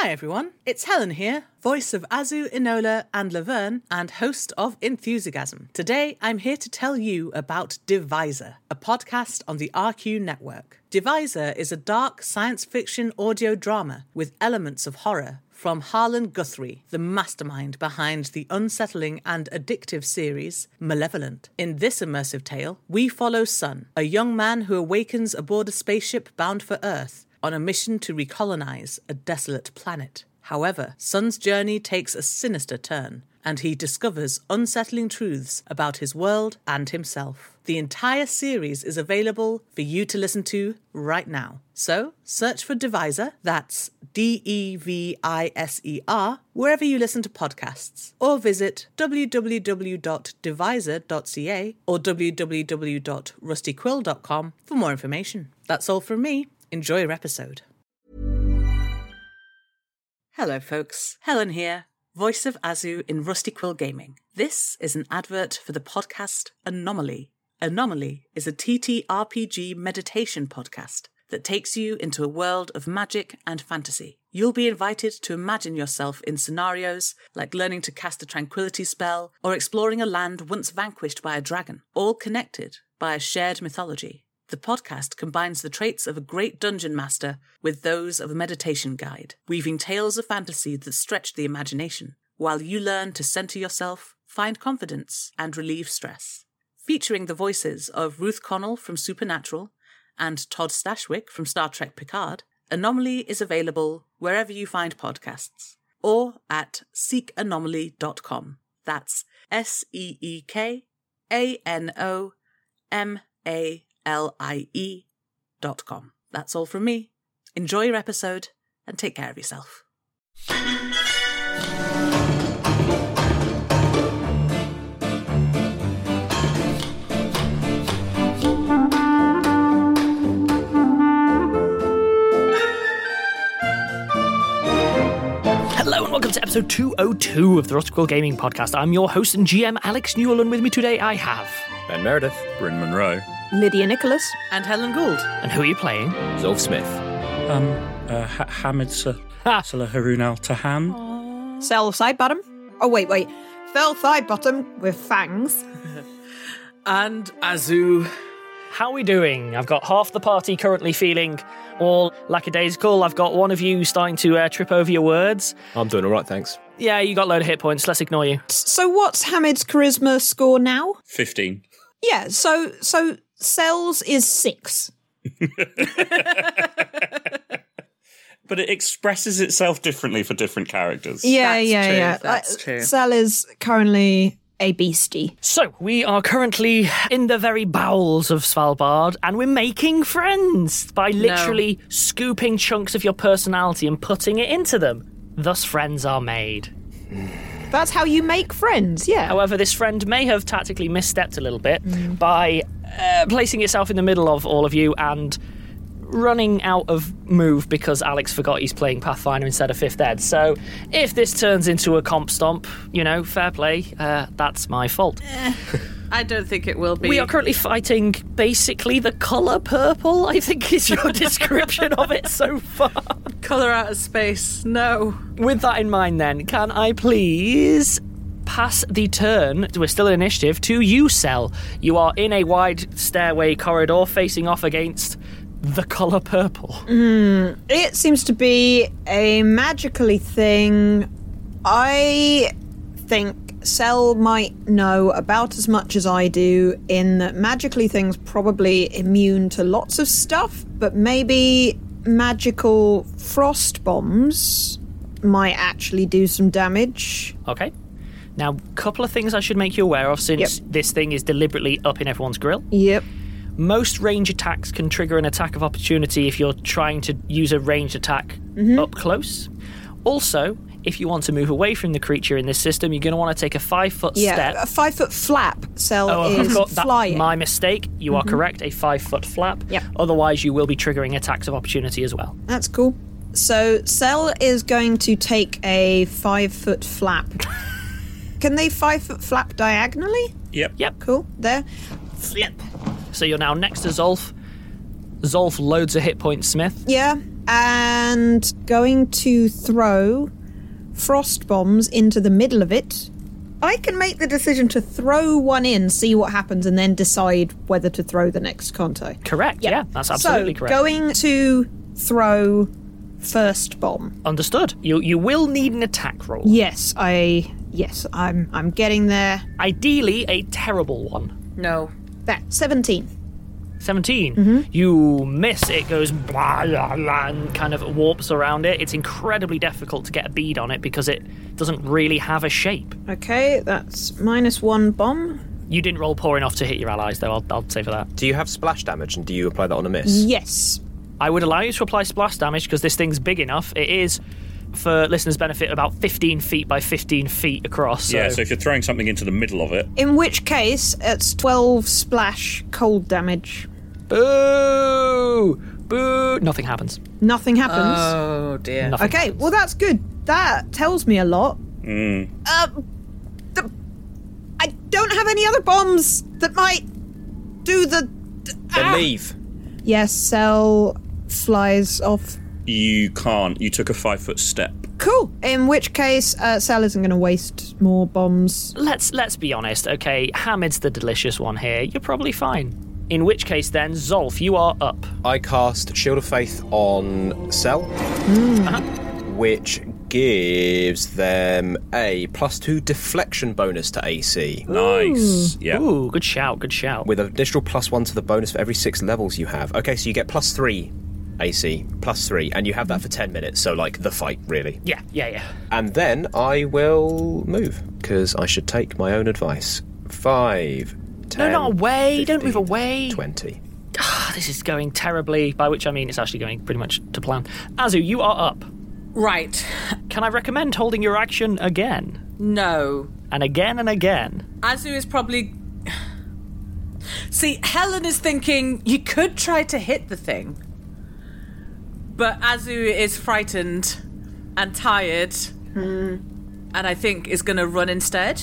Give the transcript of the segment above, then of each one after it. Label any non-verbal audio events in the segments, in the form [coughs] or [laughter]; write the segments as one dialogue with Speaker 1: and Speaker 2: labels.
Speaker 1: Hi everyone, it's Helen here, voice of Azu, Inola, and Laverne, and host of Enthusiasm. Today I'm here to tell you about Divisor, a podcast on the RQ network. Divisor is a dark science fiction audio drama with elements of horror from Harlan Guthrie, the mastermind behind the unsettling and addictive series Malevolent. In this immersive tale, we follow Sun, a young man who awakens aboard a spaceship bound for Earth on a mission to recolonize a desolate planet. However, Sun's journey takes a sinister turn, and he discovers unsettling truths about his world and himself. The entire series is available for you to listen to right now. So, search for Divisor, that's D E V I S E R, wherever you listen to podcasts, or visit www.divisor.ca or www.rustyquill.com for more information. That's all from me. Enjoy your episode. Hello, folks. Helen here, voice of Azu in Rusty Quill Gaming. This is an advert for the podcast Anomaly. Anomaly is a TTRPG meditation podcast that takes you into a world of magic and fantasy. You'll be invited to imagine yourself in scenarios like learning to cast a tranquility spell or exploring a land once vanquished by a dragon, all connected by a shared mythology. The podcast combines the traits of a great dungeon master with those of a meditation guide, weaving tales of fantasy that stretch the imagination, while you learn to center yourself, find confidence, and relieve stress. Featuring the voices of Ruth Connell from Supernatural and Todd Stashwick from Star Trek Picard, Anomaly is available wherever you find podcasts or at seekanomaly.com. That's S E E K A N O M A L-I-E dot com. That's all from me. Enjoy your episode and take care of yourself.
Speaker 2: Hello and welcome to episode 202 of the Rusty Quill Gaming Podcast. I'm your host and GM, Alex Newell, and with me today I have.
Speaker 3: Ben Meredith. Bryn Monroe.
Speaker 4: Lydia Nicholas.
Speaker 1: And Helen Gould.
Speaker 2: And who are you playing?
Speaker 5: Zolf Smith.
Speaker 6: Um, uh, ha- Hamid Sa-
Speaker 2: Ha!
Speaker 6: Salah Harun Al Tahan.
Speaker 4: Sel side bottom. Oh wait, wait. Fell side bottom with fangs.
Speaker 1: And Azu.
Speaker 2: How are we doing? I've got half the party currently feeling all lackadaisical. I've got one of you starting to uh, trip over your words.
Speaker 5: I'm doing all right, thanks.
Speaker 2: Yeah, you got a load of hit points. Let's ignore you.
Speaker 4: So what's Hamid's charisma score now?
Speaker 6: 15.
Speaker 4: Yeah, so so Sel's is six.
Speaker 6: But it expresses itself differently for different characters.
Speaker 4: Yeah,
Speaker 1: That's
Speaker 4: yeah,
Speaker 1: true,
Speaker 4: yeah.
Speaker 1: that's
Speaker 4: Uh,
Speaker 1: true.
Speaker 4: Sel is currently a beastie.
Speaker 2: So, we are currently in the very bowels of Svalbard and we're making friends by literally scooping chunks of your personality and putting it into them. Thus, friends are made.
Speaker 4: That's how you make friends, yeah.
Speaker 2: However, this friend may have tactically misstepped a little bit by uh, placing itself in the middle of all of you and running out of move because Alex forgot he's playing Pathfinder instead of Fifth Ed. So, if this turns into a comp stomp, you know, fair play, uh, that's my fault.
Speaker 1: I don't think it will be.
Speaker 2: We are currently fighting basically the colour purple, I think is
Speaker 1: [laughs]
Speaker 2: your description of it so far.
Speaker 1: colour out of space. No.
Speaker 2: With that in mind, then, can I please pass the turn? We're still in initiative to you, Cell. You are in a wide stairway corridor facing off against the colour purple.
Speaker 1: Mm.
Speaker 4: It seems to be a magically thing. I think Cell might know about as much as I do, in that magically things probably immune to lots of stuff, but maybe magical frost bombs might actually do some damage.
Speaker 2: Okay. Now, couple of things I should make you aware of since
Speaker 4: Yep.
Speaker 2: this thing is deliberately up in everyone's grill.
Speaker 4: Yep.
Speaker 2: Most range attacks can trigger an attack of opportunity if you're trying to use a ranged attack
Speaker 4: Mm-hmm.
Speaker 2: up close. Also, if you want to move away from the creature in this system, you're going to want to take a five foot
Speaker 4: Yeah.
Speaker 2: step.
Speaker 4: A five foot flap Cell
Speaker 2: Oh,
Speaker 4: is
Speaker 2: I've got that.
Speaker 4: flying. Mm-hmm.
Speaker 2: My mistake. You are correct. A five foot flap.
Speaker 4: Yep.
Speaker 2: Otherwise, you will be triggering attacks of opportunity as well.
Speaker 4: That's cool. So Cell is going to take a five
Speaker 2: [laughs]
Speaker 4: foot flap. Can they five foot flap diagonally?
Speaker 6: Yep.
Speaker 2: Yep.
Speaker 4: Cool. There. Flip.
Speaker 2: So you're now next to Zolf. Zolf loads a hit point Smith.
Speaker 4: Yeah. and going to throw frost bombs into the middle of it. I can make the decision to throw one in, see what happens, and then decide whether to throw the next contact.
Speaker 2: Correct. Yeah, that's
Speaker 4: So,
Speaker 2: absolutely correct.
Speaker 4: going to throw first bomb.
Speaker 2: Understood. You you will need an attack roll.
Speaker 4: Yes, I. Yes, I'm. I'm getting there.
Speaker 2: Ideally, a terrible one.
Speaker 1: No.
Speaker 4: That seventeen.
Speaker 2: 17 You miss. It goes blah, blah, blah, and kind of warps around it. It's incredibly difficult to get a bead on it because it doesn't really have a shape.
Speaker 4: Okay, that's minus one bomb.
Speaker 2: You didn't roll poor enough to hit your allies, though. I'll, I'll say for that.
Speaker 5: Do you have splash damage and do you apply that on a miss?
Speaker 4: Yes.
Speaker 2: I would allow you to apply splash damage because this thing's big enough. It is, for listeners' benefit, about 15 feet by 15 feet across. So.
Speaker 6: Yeah, so if you're throwing something into the middle of it,
Speaker 4: In which case, it's twelve splash cold damage.
Speaker 2: Boo! Boo! Nothing happens.
Speaker 4: Nothing happens.
Speaker 1: Oh dear.
Speaker 2: Nothing.
Speaker 4: okay, well that's good. That tells me a lot. Um, the, I don't have any other bombs that might do the. Ah.
Speaker 5: Then leave.
Speaker 4: Yes, cell flies off.
Speaker 6: you can't. You took a five foot step.
Speaker 4: Cool. In which case, uh, Sal isn't going to waste more bombs.
Speaker 2: Let's let's be honest, okay? Hamid's the delicious one here. You're probably fine. In which case, then Zolf, you are up.
Speaker 5: I cast Shield of Faith on Cell, Uh-huh. which gives them a plus two deflection bonus to AC.
Speaker 6: Nice. Yeah.
Speaker 2: Ooh, good shout, good shout.
Speaker 5: With an additional plus one to the bonus for every six levels you have. Okay, so you get plus three AC, plus three, and you have that for 10 minutes, so like the fight, really.
Speaker 2: yeah, yeah, yeah.
Speaker 5: And then I will move, because I should take my own advice. Five, ten.
Speaker 2: not away, don't move
Speaker 5: 15,
Speaker 2: away.
Speaker 5: 20.
Speaker 2: Ah, this is going terribly. By which I mean it's actually going pretty much to plan. Azu, you are up.
Speaker 1: Right.
Speaker 2: Can I recommend holding your action again
Speaker 1: No.
Speaker 2: and again and again?
Speaker 1: Azu is probably. See, Helen is thinking you could try to hit the thing, but Azu is frightened and tired, and I think is going to run instead.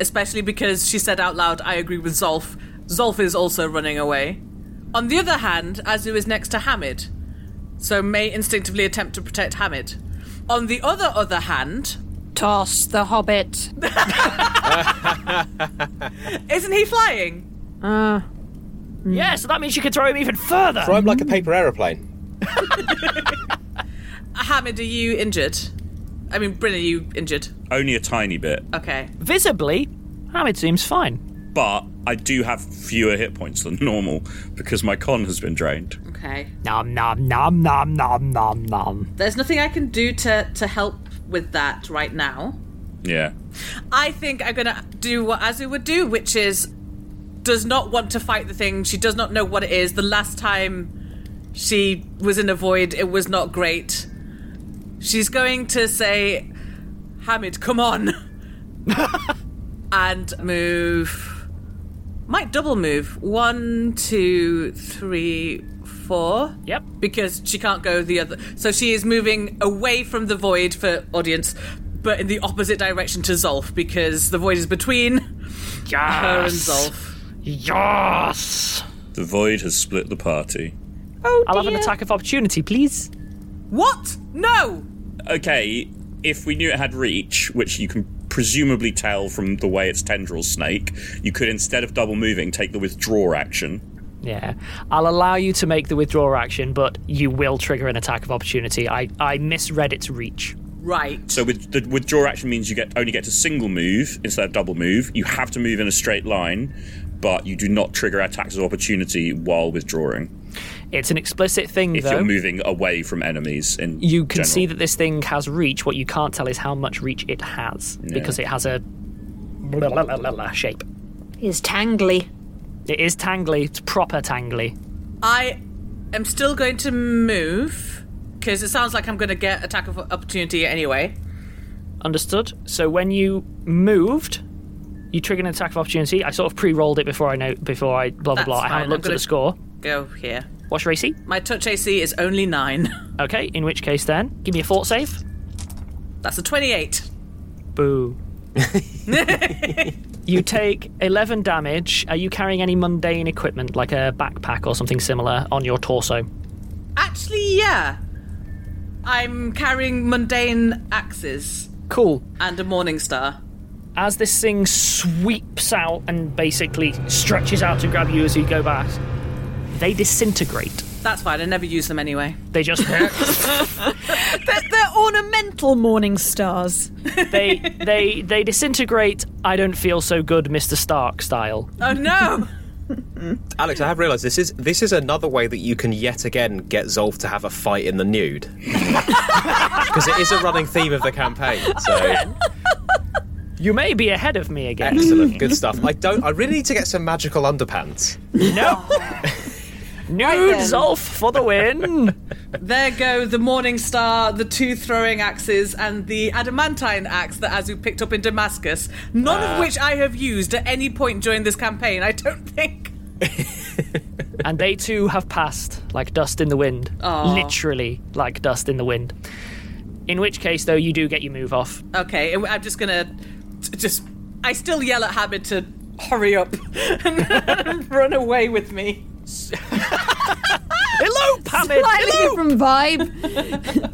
Speaker 1: Especially because she said out loud, "I agree with Zolf." Zolf is also running away. On the other hand, Azu is next to Hamid, so may instinctively attempt to protect Hamid. On the other other hand,
Speaker 7: Toss the hobbit.
Speaker 1: isn't he flying?
Speaker 2: Yeah, so that means you could throw him even further.
Speaker 5: Throw him like a paper aeroplane.
Speaker 1: Hamid, are you injured? I mean, Bryn, are you injured?
Speaker 6: Only a tiny bit,
Speaker 1: Okay.
Speaker 2: Visibly, Hamid seems fine.
Speaker 6: but I do have fewer hit points than [laughs] normal because my con has been drained.
Speaker 1: Okay.
Speaker 2: Nom nom nom nom nom nom nom.
Speaker 1: There's nothing I can do to, to help with that right now.
Speaker 6: Yeah.
Speaker 1: I think I'm going to do what Azu would do, which is does not want to fight the thing. She does not know what it is. The last time she was in a void, it was not great. She's going to say, Hamid, come on. and move. Might double move. One, two, three, four.
Speaker 2: Yep.
Speaker 1: Because she can't go the other. So she is moving away from the void for audience, but in the opposite direction to Zolf because the void is between her and
Speaker 2: Yes.
Speaker 1: Zolf.
Speaker 2: Yes.
Speaker 6: The void has split the party.
Speaker 4: Oh,
Speaker 2: I'll have an attack of opportunity, please.
Speaker 1: What? No!
Speaker 6: Okay, if we knew it had reach, which you can presumably tell from the way its tendrils snake, you could instead of double moving take the withdraw action.
Speaker 2: Yeah. I'll allow you to make the withdraw action, but you will trigger an attack of opportunity. I, I misread its reach.
Speaker 1: Right.
Speaker 6: So with the withdraw action means you get only get to single move instead of double move. You have to move in a straight line, but you do not trigger attacks of opportunity while withdrawing.
Speaker 2: It's an explicit thing,
Speaker 6: If
Speaker 2: though.
Speaker 6: you're moving away from enemies in
Speaker 2: you can
Speaker 6: general.
Speaker 2: see that this thing has reach. What you can't tell is how much reach it has because it has a blah, blah, blah, blah, blah shape.
Speaker 7: Is tangly.
Speaker 2: It is tangly. It's proper tangly.
Speaker 1: I am still going to move because it sounds like I'm going to get attack of opportunity anyway.
Speaker 2: Understood. So when you moved, you triggered an attack of opportunity. I sort of pre-rolled it before I know before I blah blah
Speaker 1: That's
Speaker 2: blah. I
Speaker 1: fine.
Speaker 2: haven't
Speaker 1: I'm
Speaker 2: looked at
Speaker 1: gonna-
Speaker 2: the score.
Speaker 1: Go here.
Speaker 2: What's your AC?
Speaker 1: My touch AC is only nine. [laughs]
Speaker 2: Okay. In which case, then give me a fort save.
Speaker 1: That's a 28.
Speaker 2: Boo. you take 11 damage. Are you carrying any mundane equipment like a backpack or something similar on your torso?
Speaker 1: Actually, yeah. I'm carrying mundane axes
Speaker 2: Cool.
Speaker 1: and a morning star.
Speaker 2: As this thing sweeps out and basically stretches out to grab you as you go back, they disintegrate.
Speaker 1: That's fine. I never use them anyway.
Speaker 2: They just
Speaker 4: They're, they're ornamental morning stars.
Speaker 2: they they they disintegrate. I don't feel so good, Mr. Stark style.
Speaker 1: Oh no!
Speaker 5: Alex, I have realised this is this is another way that you can yet again get Zolf to have a fight in the nude, [laughs] because it is a running theme of the campaign. So
Speaker 2: You may be ahead of me again.
Speaker 5: [laughs] excellent, good stuff. I don't. I really need to get some magical underpants.
Speaker 2: no. Nude Zolf for the win.
Speaker 1: There go the morning star, the two throwing axes, and the adamantine axe that Azu picked up in Damascus. None of which I have used at any point during this campaign. I don't think.
Speaker 2: and they too have passed like dust in the wind. Literally like dust in the wind. In which case, though, you do get your move off.
Speaker 1: Okay, and I'm just gonna t- just. I still yell at Habib to hurry up [laughs] and [laughs] run away with me.
Speaker 2: Elope, Hamid!
Speaker 4: Slightly
Speaker 2: Elope!
Speaker 4: different vibe.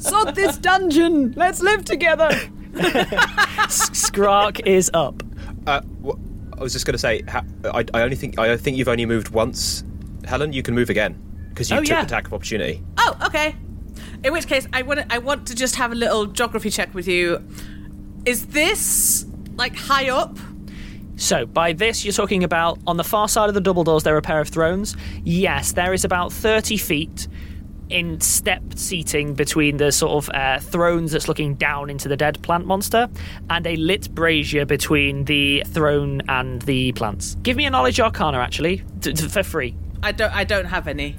Speaker 4: Sod this dungeon. Let's live together.
Speaker 2: [laughs] Skrark is up.
Speaker 5: Uh, wh- I was just going to say, ha- I, I only think I think you've only moved once, Helen. You can move again because you
Speaker 2: Oh,
Speaker 5: took
Speaker 2: yeah.
Speaker 5: attack of opportunity.
Speaker 1: Oh, okay. In which case, I want I want to just have a little geography check with you. Is this like high up?
Speaker 2: So, by this, you're talking about on the far side of the double doors, there are a pair of thrones. Yes, there is about 30 feet in stepped seating between the sort of uh, thrones that's looking down into the dead plant monster and a lit brazier between the throne and the plants. Give me a knowledge arcana, actually, t- t- for free.
Speaker 1: I don't I don't have any.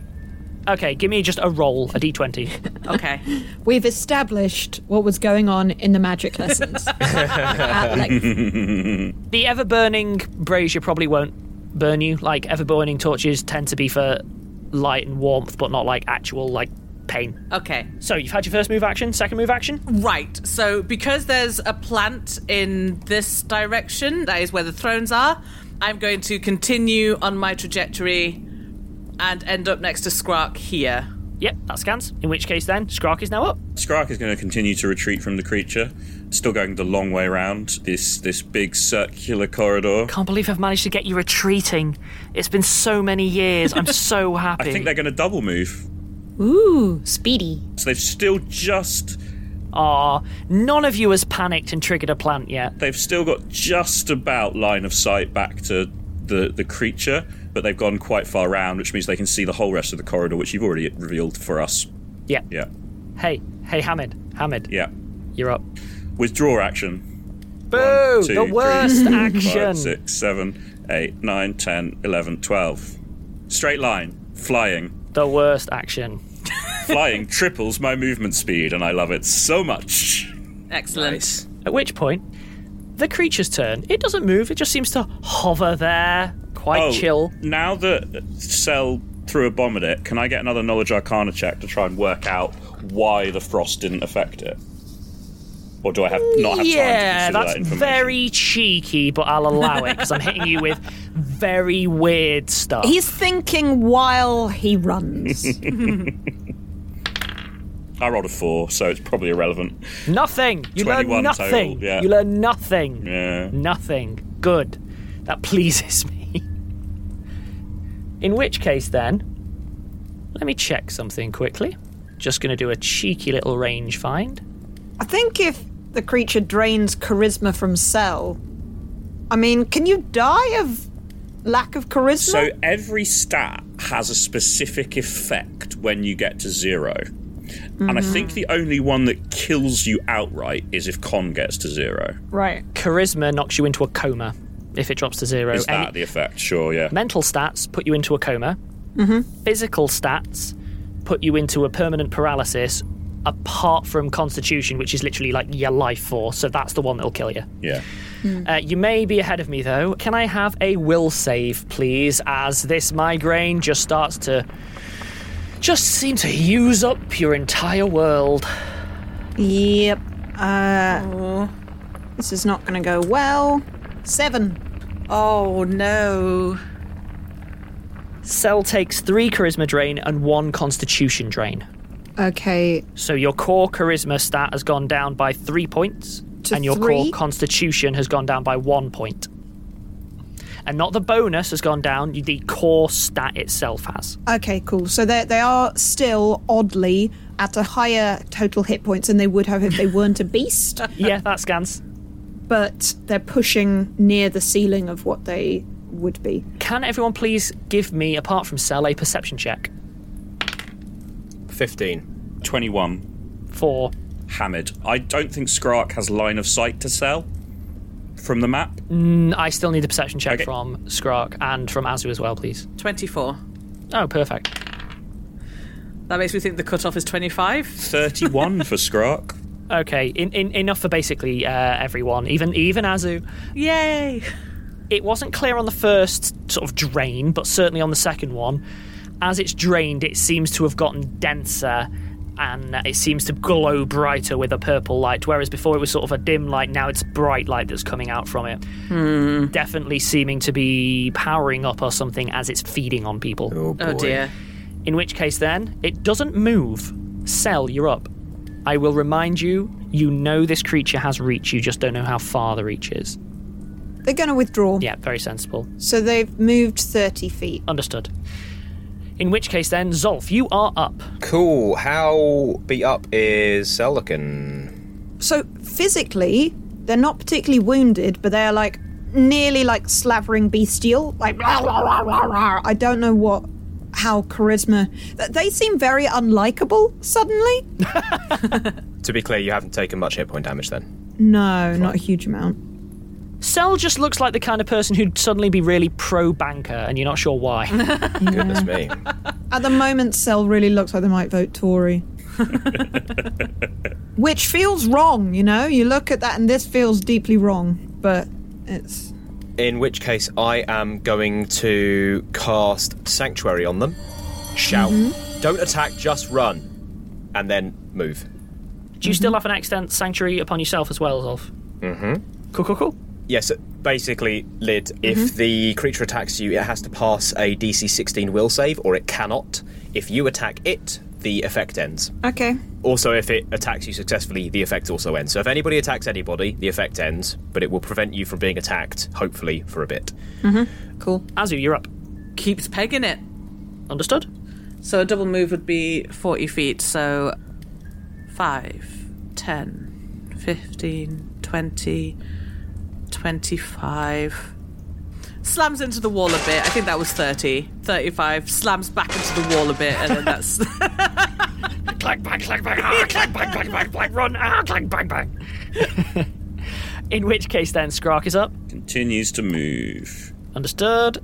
Speaker 2: Okay, give me just a roll, a d20.
Speaker 1: Okay. [laughs]
Speaker 4: We've established what was going on in the magic lessons. Uh, At
Speaker 2: [laughs]
Speaker 4: length.
Speaker 2: the ever burning brazier probably won't burn you. Like, ever burning torches tend to be for light and warmth, but not like actual, like, pain.
Speaker 1: Okay.
Speaker 2: So you've had your first move action, second move action.
Speaker 1: Right. So because there's a plant in this direction, that is where the thrones are, I'm going to continue on my trajectory and end up next to Skrark here.
Speaker 2: Yep, that scans. In which case, then Skrark is now up.
Speaker 6: Skrark is going to continue to retreat from the creature, still going the long way round this this big circular corridor.
Speaker 2: Can't believe I've managed to get you retreating. It's been so many years. [laughs] I'm so happy.
Speaker 6: I think they're going to double move.
Speaker 7: Ooh, speedy.
Speaker 6: So they've still just
Speaker 2: Aw, Ah, none of you has panicked and triggered a plant yet.
Speaker 6: they've still got just about line of sight back to the the creature, but they've gone quite far round, which means they can see the whole rest of the corridor, which you've already revealed for us.
Speaker 2: Yeah.
Speaker 6: Yeah,
Speaker 2: Hey, hey, Hamid, Hamid,
Speaker 6: yeah.
Speaker 2: you're up.
Speaker 6: Withdraw action.
Speaker 2: Boo!
Speaker 6: One, two,
Speaker 2: the
Speaker 6: three,
Speaker 2: worst
Speaker 6: four, five,
Speaker 2: action.
Speaker 6: six, seven, eight, nine, 10, 11, 12. Straight line, flying.
Speaker 2: The worst action. [laughs]
Speaker 6: Flying triples my movement speed, and I love it so much.
Speaker 1: Excellent.
Speaker 2: At which point, the creature's turn. It doesn't move. It just seems to hover there, quite
Speaker 6: Oh,
Speaker 2: chill.
Speaker 6: Now that Cell threw a bomb at it, can I get another Knowledge Arcana check to try and work out why the frost didn't affect it? Or do I have not have
Speaker 2: yeah,
Speaker 6: time to consider
Speaker 2: that's
Speaker 6: that information?
Speaker 2: very cheeky, but I'll allow it because I'm hitting you [laughs] with very weird stuff.
Speaker 4: He's thinking while he runs.
Speaker 6: I rolled a four, so it's probably irrelevant.
Speaker 2: nothing. You learn
Speaker 6: 21 total,
Speaker 2: nothing.
Speaker 6: yeah.
Speaker 2: You learn nothing.
Speaker 6: Yeah.
Speaker 2: Nothing. Good. That pleases me. In which case, then, let me check something quickly. Just going to do a cheeky little range find.
Speaker 4: I think if the creature drains charisma from Cell, I mean, can you die of lack of charisma?
Speaker 6: So every stat has a specific effect when you get to 0 And I think
Speaker 2: Mm-hmm.
Speaker 6: the only one that kills you outright is if con gets to zero.
Speaker 4: right.
Speaker 2: Charisma knocks you into a coma if it drops to zero.
Speaker 6: Is
Speaker 2: Oh, Any-
Speaker 6: that the effect? Sure, yeah.
Speaker 2: Mental stats put you into a coma. Physical stats put you into a permanent paralysis, apart from Constitution, which is literally like your life force. So that's the one that'll kill you.
Speaker 6: Yeah.
Speaker 2: Uh, you may be ahead of me, though. Can I have a will save, please? As this migraine just starts to. Just seem to use up your entire world.
Speaker 4: Yep. Uh, this is not going to go well. Seven.
Speaker 1: Oh no.
Speaker 2: Cell takes three charisma drain and one constitution drain.
Speaker 4: Okay.
Speaker 2: So your core charisma stat has gone down by three points,
Speaker 4: To
Speaker 2: and your
Speaker 4: three?
Speaker 2: core constitution has gone down by one point. And not the bonus has gone down, the core stat itself
Speaker 4: [laughs]
Speaker 2: has.
Speaker 4: Okay, cool. So they they are still oddly at a higher total hit points than they would have if they weren't a
Speaker 1: [laughs]
Speaker 4: beast,
Speaker 2: Yeah, that scans.
Speaker 4: but they're pushing near the ceiling of what they would be.
Speaker 2: Can everyone please give me, apart from Cell, a perception check
Speaker 5: 15.
Speaker 6: 21.
Speaker 2: for.
Speaker 6: Hammered. I don't think Skrark has line of sight to sell from the map.
Speaker 2: I still need a perception check
Speaker 6: Okay.
Speaker 2: from Skrark and from Azu as well, please.
Speaker 1: 24.
Speaker 2: Oh, perfect.
Speaker 1: That makes me think the cutoff is 25.
Speaker 6: 31 for Skrark.
Speaker 2: Okay, in, in, enough for basically uh, everyone, even even Azu.
Speaker 1: Yay!
Speaker 2: it wasn't clear on the first sort of drain, but certainly on the second one, as it's drained, it seems to have gotten denser and it seems to glow brighter with a purple light, whereas before it was sort of a dim light, now it's bright light that's coming out from it. Definitely seeming to be powering up or something as it's feeding on people.
Speaker 1: Oh dear.
Speaker 2: In which case, then, it doesn't move. Cell, you're up. I will remind you, you know this creature has reach, you just don't know how far the reach is.
Speaker 4: They're going to withdraw.
Speaker 2: Yeah, very sensible.
Speaker 4: So they've moved 30 feet.
Speaker 2: Understood. In which case, then, Zolf, you are up.
Speaker 5: Cool. How beat up is Cell looking?
Speaker 4: So physically, they're not particularly wounded, but they are like nearly like slavering bestial. Like, rah, rah, rah, rah, rah. I don't know what, how charisma. th- They seem very unlikable suddenly.
Speaker 5: To be clear, you haven't taken much hit point damage then.
Speaker 4: No, not a huge amount.
Speaker 2: Cell just looks like the kind of person who'd suddenly be really pro banker, and you're not sure why.
Speaker 5: [laughs] Goodness me.
Speaker 4: At the moment, Cell really looks like they might vote Tory. Which feels wrong, you know? You look at that and this feels deeply wrong, but it's.
Speaker 5: In which case, I am going to cast Sanctuary on them. Shout. Don't attack, just run. And then move.
Speaker 2: Do you still have an extent sanctuary upon yourself as well, Zolf? Mm-hmm. Cool, cool, cool.
Speaker 5: Yes, uh, basically, Lid, if the creature attacks you, it has to pass a DC 16 will save, or it cannot. If you attack it, the effect ends.
Speaker 4: Okay.
Speaker 5: Also, if it attacks you successfully, the effect also ends. So if anybody attacks anybody, the effect ends, but it will prevent you from being attacked, hopefully, for a bit.
Speaker 1: Cool.
Speaker 2: Azu, you're up.
Speaker 1: Keeps pegging it.
Speaker 2: Understood?
Speaker 1: So a double move would be 40 feet, so 5, 10, 15, 20, 25. Slams into the wall a bit. I think that was 30. 35. Slams back into the wall a bit, and then that's. [laughs]
Speaker 2: Clack, bang, clack, bang, ah, clack, bang, bang, bang, bang, run, ah, clack, bang, bang. [laughs] In which case, then, Skrark is up.
Speaker 6: Continues to move.
Speaker 2: Understood.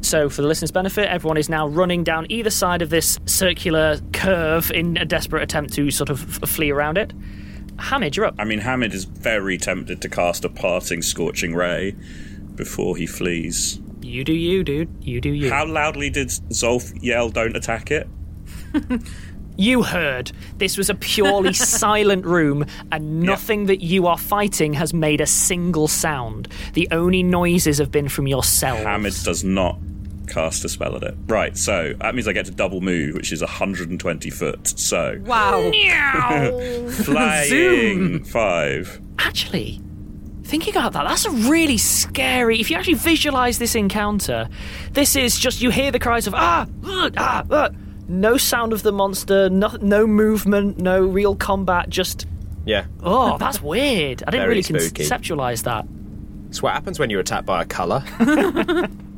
Speaker 2: So, for the listeners' benefit, everyone is now running down either side of this circular curve in a desperate attempt to sort of f- flee around it. Hamid, you're up.
Speaker 6: I mean, Hamid is very tempted to cast a parting scorching ray before he flees.
Speaker 2: You do you, dude. You do you.
Speaker 6: How loudly did Zolf yell, "Don't attack it"?
Speaker 2: You heard. This was a purely silent room, and nothing that you are fighting has made a single sound. The only noises have been from yourselves.
Speaker 6: Hamid does not cast a spell at it. Right, so that means I get to double move, which is 120 foot. So
Speaker 1: Wow.
Speaker 6: flying five.
Speaker 2: actually thinking about that that's a really scary if you actually visualize this encounter this is just you hear the cries of ah ugh, ah ugh." no sound of the monster no, no movement no real combat just
Speaker 5: Yeah.
Speaker 2: oh that's weird i didn't
Speaker 5: Very
Speaker 2: really
Speaker 5: spooky.
Speaker 2: conceptualize that
Speaker 5: It's what happens when you're attacked by a colour.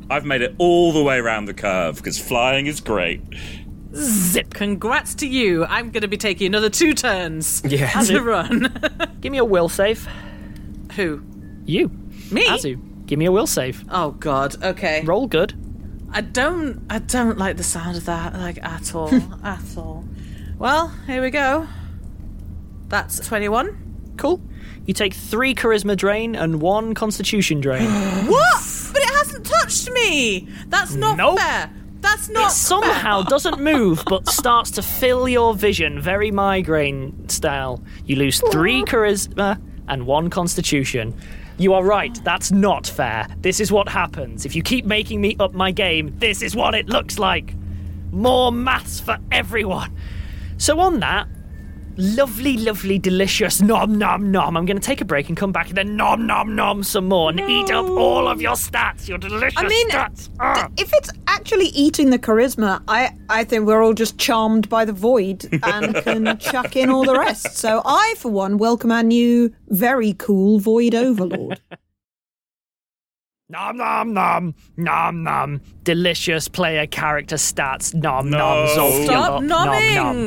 Speaker 6: I've made it all the way around the curve because flying is great.
Speaker 1: Congrats to you. I'm going to be taking another two turns
Speaker 5: yeah.
Speaker 1: as a run. [laughs]
Speaker 2: give me a will save
Speaker 1: Who?
Speaker 2: you
Speaker 1: Me?
Speaker 2: azu give me a will save
Speaker 1: Oh, God. Okay.
Speaker 2: roll good
Speaker 1: I don't I don't like the sound of that like at
Speaker 2: [laughs]
Speaker 1: all at all. Well, here we go. That's 21.
Speaker 2: cool you take three charisma drain and one constitution drain
Speaker 1: What? [laughs] But it hasn't touched me. That's not
Speaker 2: Nope.
Speaker 1: fair. That's not
Speaker 4: [laughs]
Speaker 2: somehow doesn't move but starts to fill your vision very migraine style you lose three charisma and one constitution you are right that's not fair this is what happens if you keep making me up my game this is what it looks like more maths for everyone So on that, lovely, lovely, delicious nom nom nom. I'm going to take a break and come back and then nom nom nom some more and eat up all of your stats, your delicious
Speaker 4: I mean,
Speaker 2: stats.
Speaker 4: d-
Speaker 2: Ah.
Speaker 4: if it's actually eating the charisma, I, I think we're all just charmed by the void
Speaker 2: [laughs]
Speaker 4: and can chuck in all the rest. So I, for one, welcome our new, very cool void
Speaker 2: [laughs]
Speaker 4: overlord.
Speaker 2: Nom nom nom nom nom. Delicious player character stats. Nom nom. Zolfia
Speaker 1: Stop
Speaker 2: up. Nom, nom.
Speaker 1: nomming!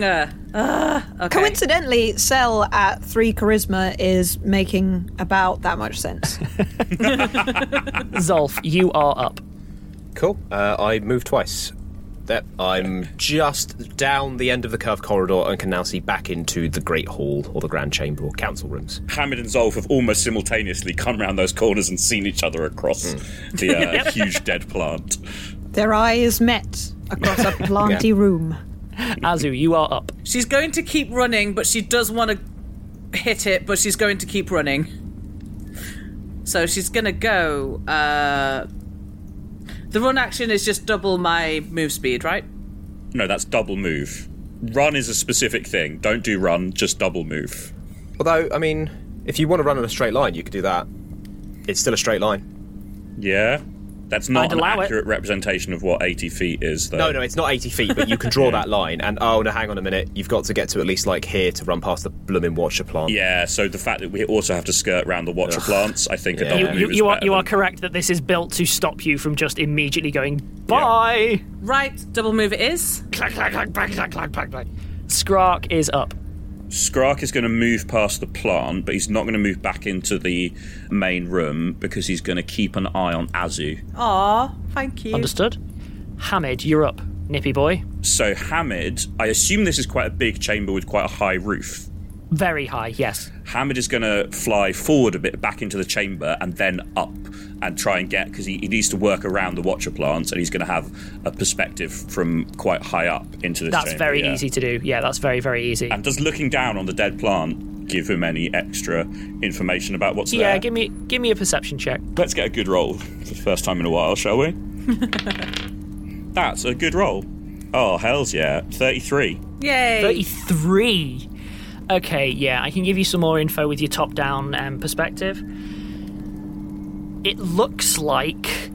Speaker 1: Ugh, okay.
Speaker 4: Coincidentally, Cell at three charisma is making about that much sense.
Speaker 2: [laughs] Zolf, you are up.
Speaker 5: Cool. Uh, I move twice. That I'm just down the end of the curved corridor and can now see back into the Great Hall or the Grand Chamber or Council Rooms.
Speaker 6: Hamid and Zolf have almost simultaneously come round those corners and seen each other across
Speaker 5: Hmm.
Speaker 6: the
Speaker 2: [laughs]
Speaker 6: uh, huge dead plant.
Speaker 4: Their eyes met
Speaker 2: [laughs]
Speaker 4: across a planty room.
Speaker 2: Azu, you are up.
Speaker 1: She's going to keep running, but she does want to hit it, but she's going to keep running. So she's going to go. Uh, the run action is just double my move speed, right?
Speaker 6: No, that's double move. Run is a specific thing. Don't do run, just double move.
Speaker 5: Although, I mean, if you want to run in a straight line, you could do that. It's still a straight line.
Speaker 6: Yeah? That's
Speaker 2: I'd
Speaker 6: not an
Speaker 2: allow it.
Speaker 6: accurate representation of what 80 feet is, though.
Speaker 5: No, no, it's not 80 feet, but you can draw that line. And oh, no, hang on a minute. You've got to get to at least like here to run past the blooming watcher plant.
Speaker 6: Yeah, so the fact that we also have to skirt round the watcher plants, I think a
Speaker 5: Yeah.
Speaker 6: double
Speaker 2: You,
Speaker 6: move
Speaker 2: you,
Speaker 6: is
Speaker 2: you are
Speaker 6: better
Speaker 2: you are
Speaker 6: than-
Speaker 2: correct that this is built to stop you from just immediately going bye.
Speaker 1: Right, double move it is.
Speaker 2: Clack clack clack clack clack clack clack clack. Skrark is up.
Speaker 6: Skrark is going to move past the plant, but he's not going to move back into the main room because he's going to keep an eye on Azu.
Speaker 1: Aw, thank you.
Speaker 2: Understood. Hamid, you're up. Nippy boy,
Speaker 6: So Hamid, I assume this is quite a big chamber with quite a high roof.
Speaker 2: very high. Yes.
Speaker 6: Hamid is going to fly forward a bit back into the chamber and then up and try and get because he, he needs to work around the watcher plants and he's going to have a perspective from quite high up into this.
Speaker 2: That's
Speaker 6: chamber,
Speaker 2: very
Speaker 6: yeah.
Speaker 2: easy to do. Yeah, that's very very easy.
Speaker 6: And does looking down on the dead plant give him any extra information about what's there?
Speaker 2: yeah, give me give me a perception check.
Speaker 6: Let's get a good roll for the first time in a while,
Speaker 2: [laughs]
Speaker 6: shall we? That's a good roll. Oh, hell's yeah. 33.
Speaker 1: Yay.
Speaker 2: 33. Okay, yeah, I can give you some more info with your top down um, perspective. It looks like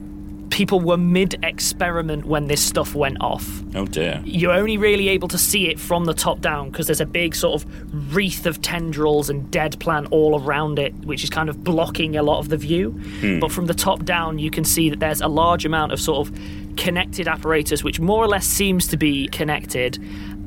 Speaker 2: people were mid experiment when this stuff went off.
Speaker 6: Oh, dear.
Speaker 2: You're only really able to see it from the top down because there's a big sort of wreath of tendrils and dead plant all around it, which is kind of blocking a lot of the view. But from the top down, you can see that there's a large amount of sort of connected apparatus, which more or less seems to be connected.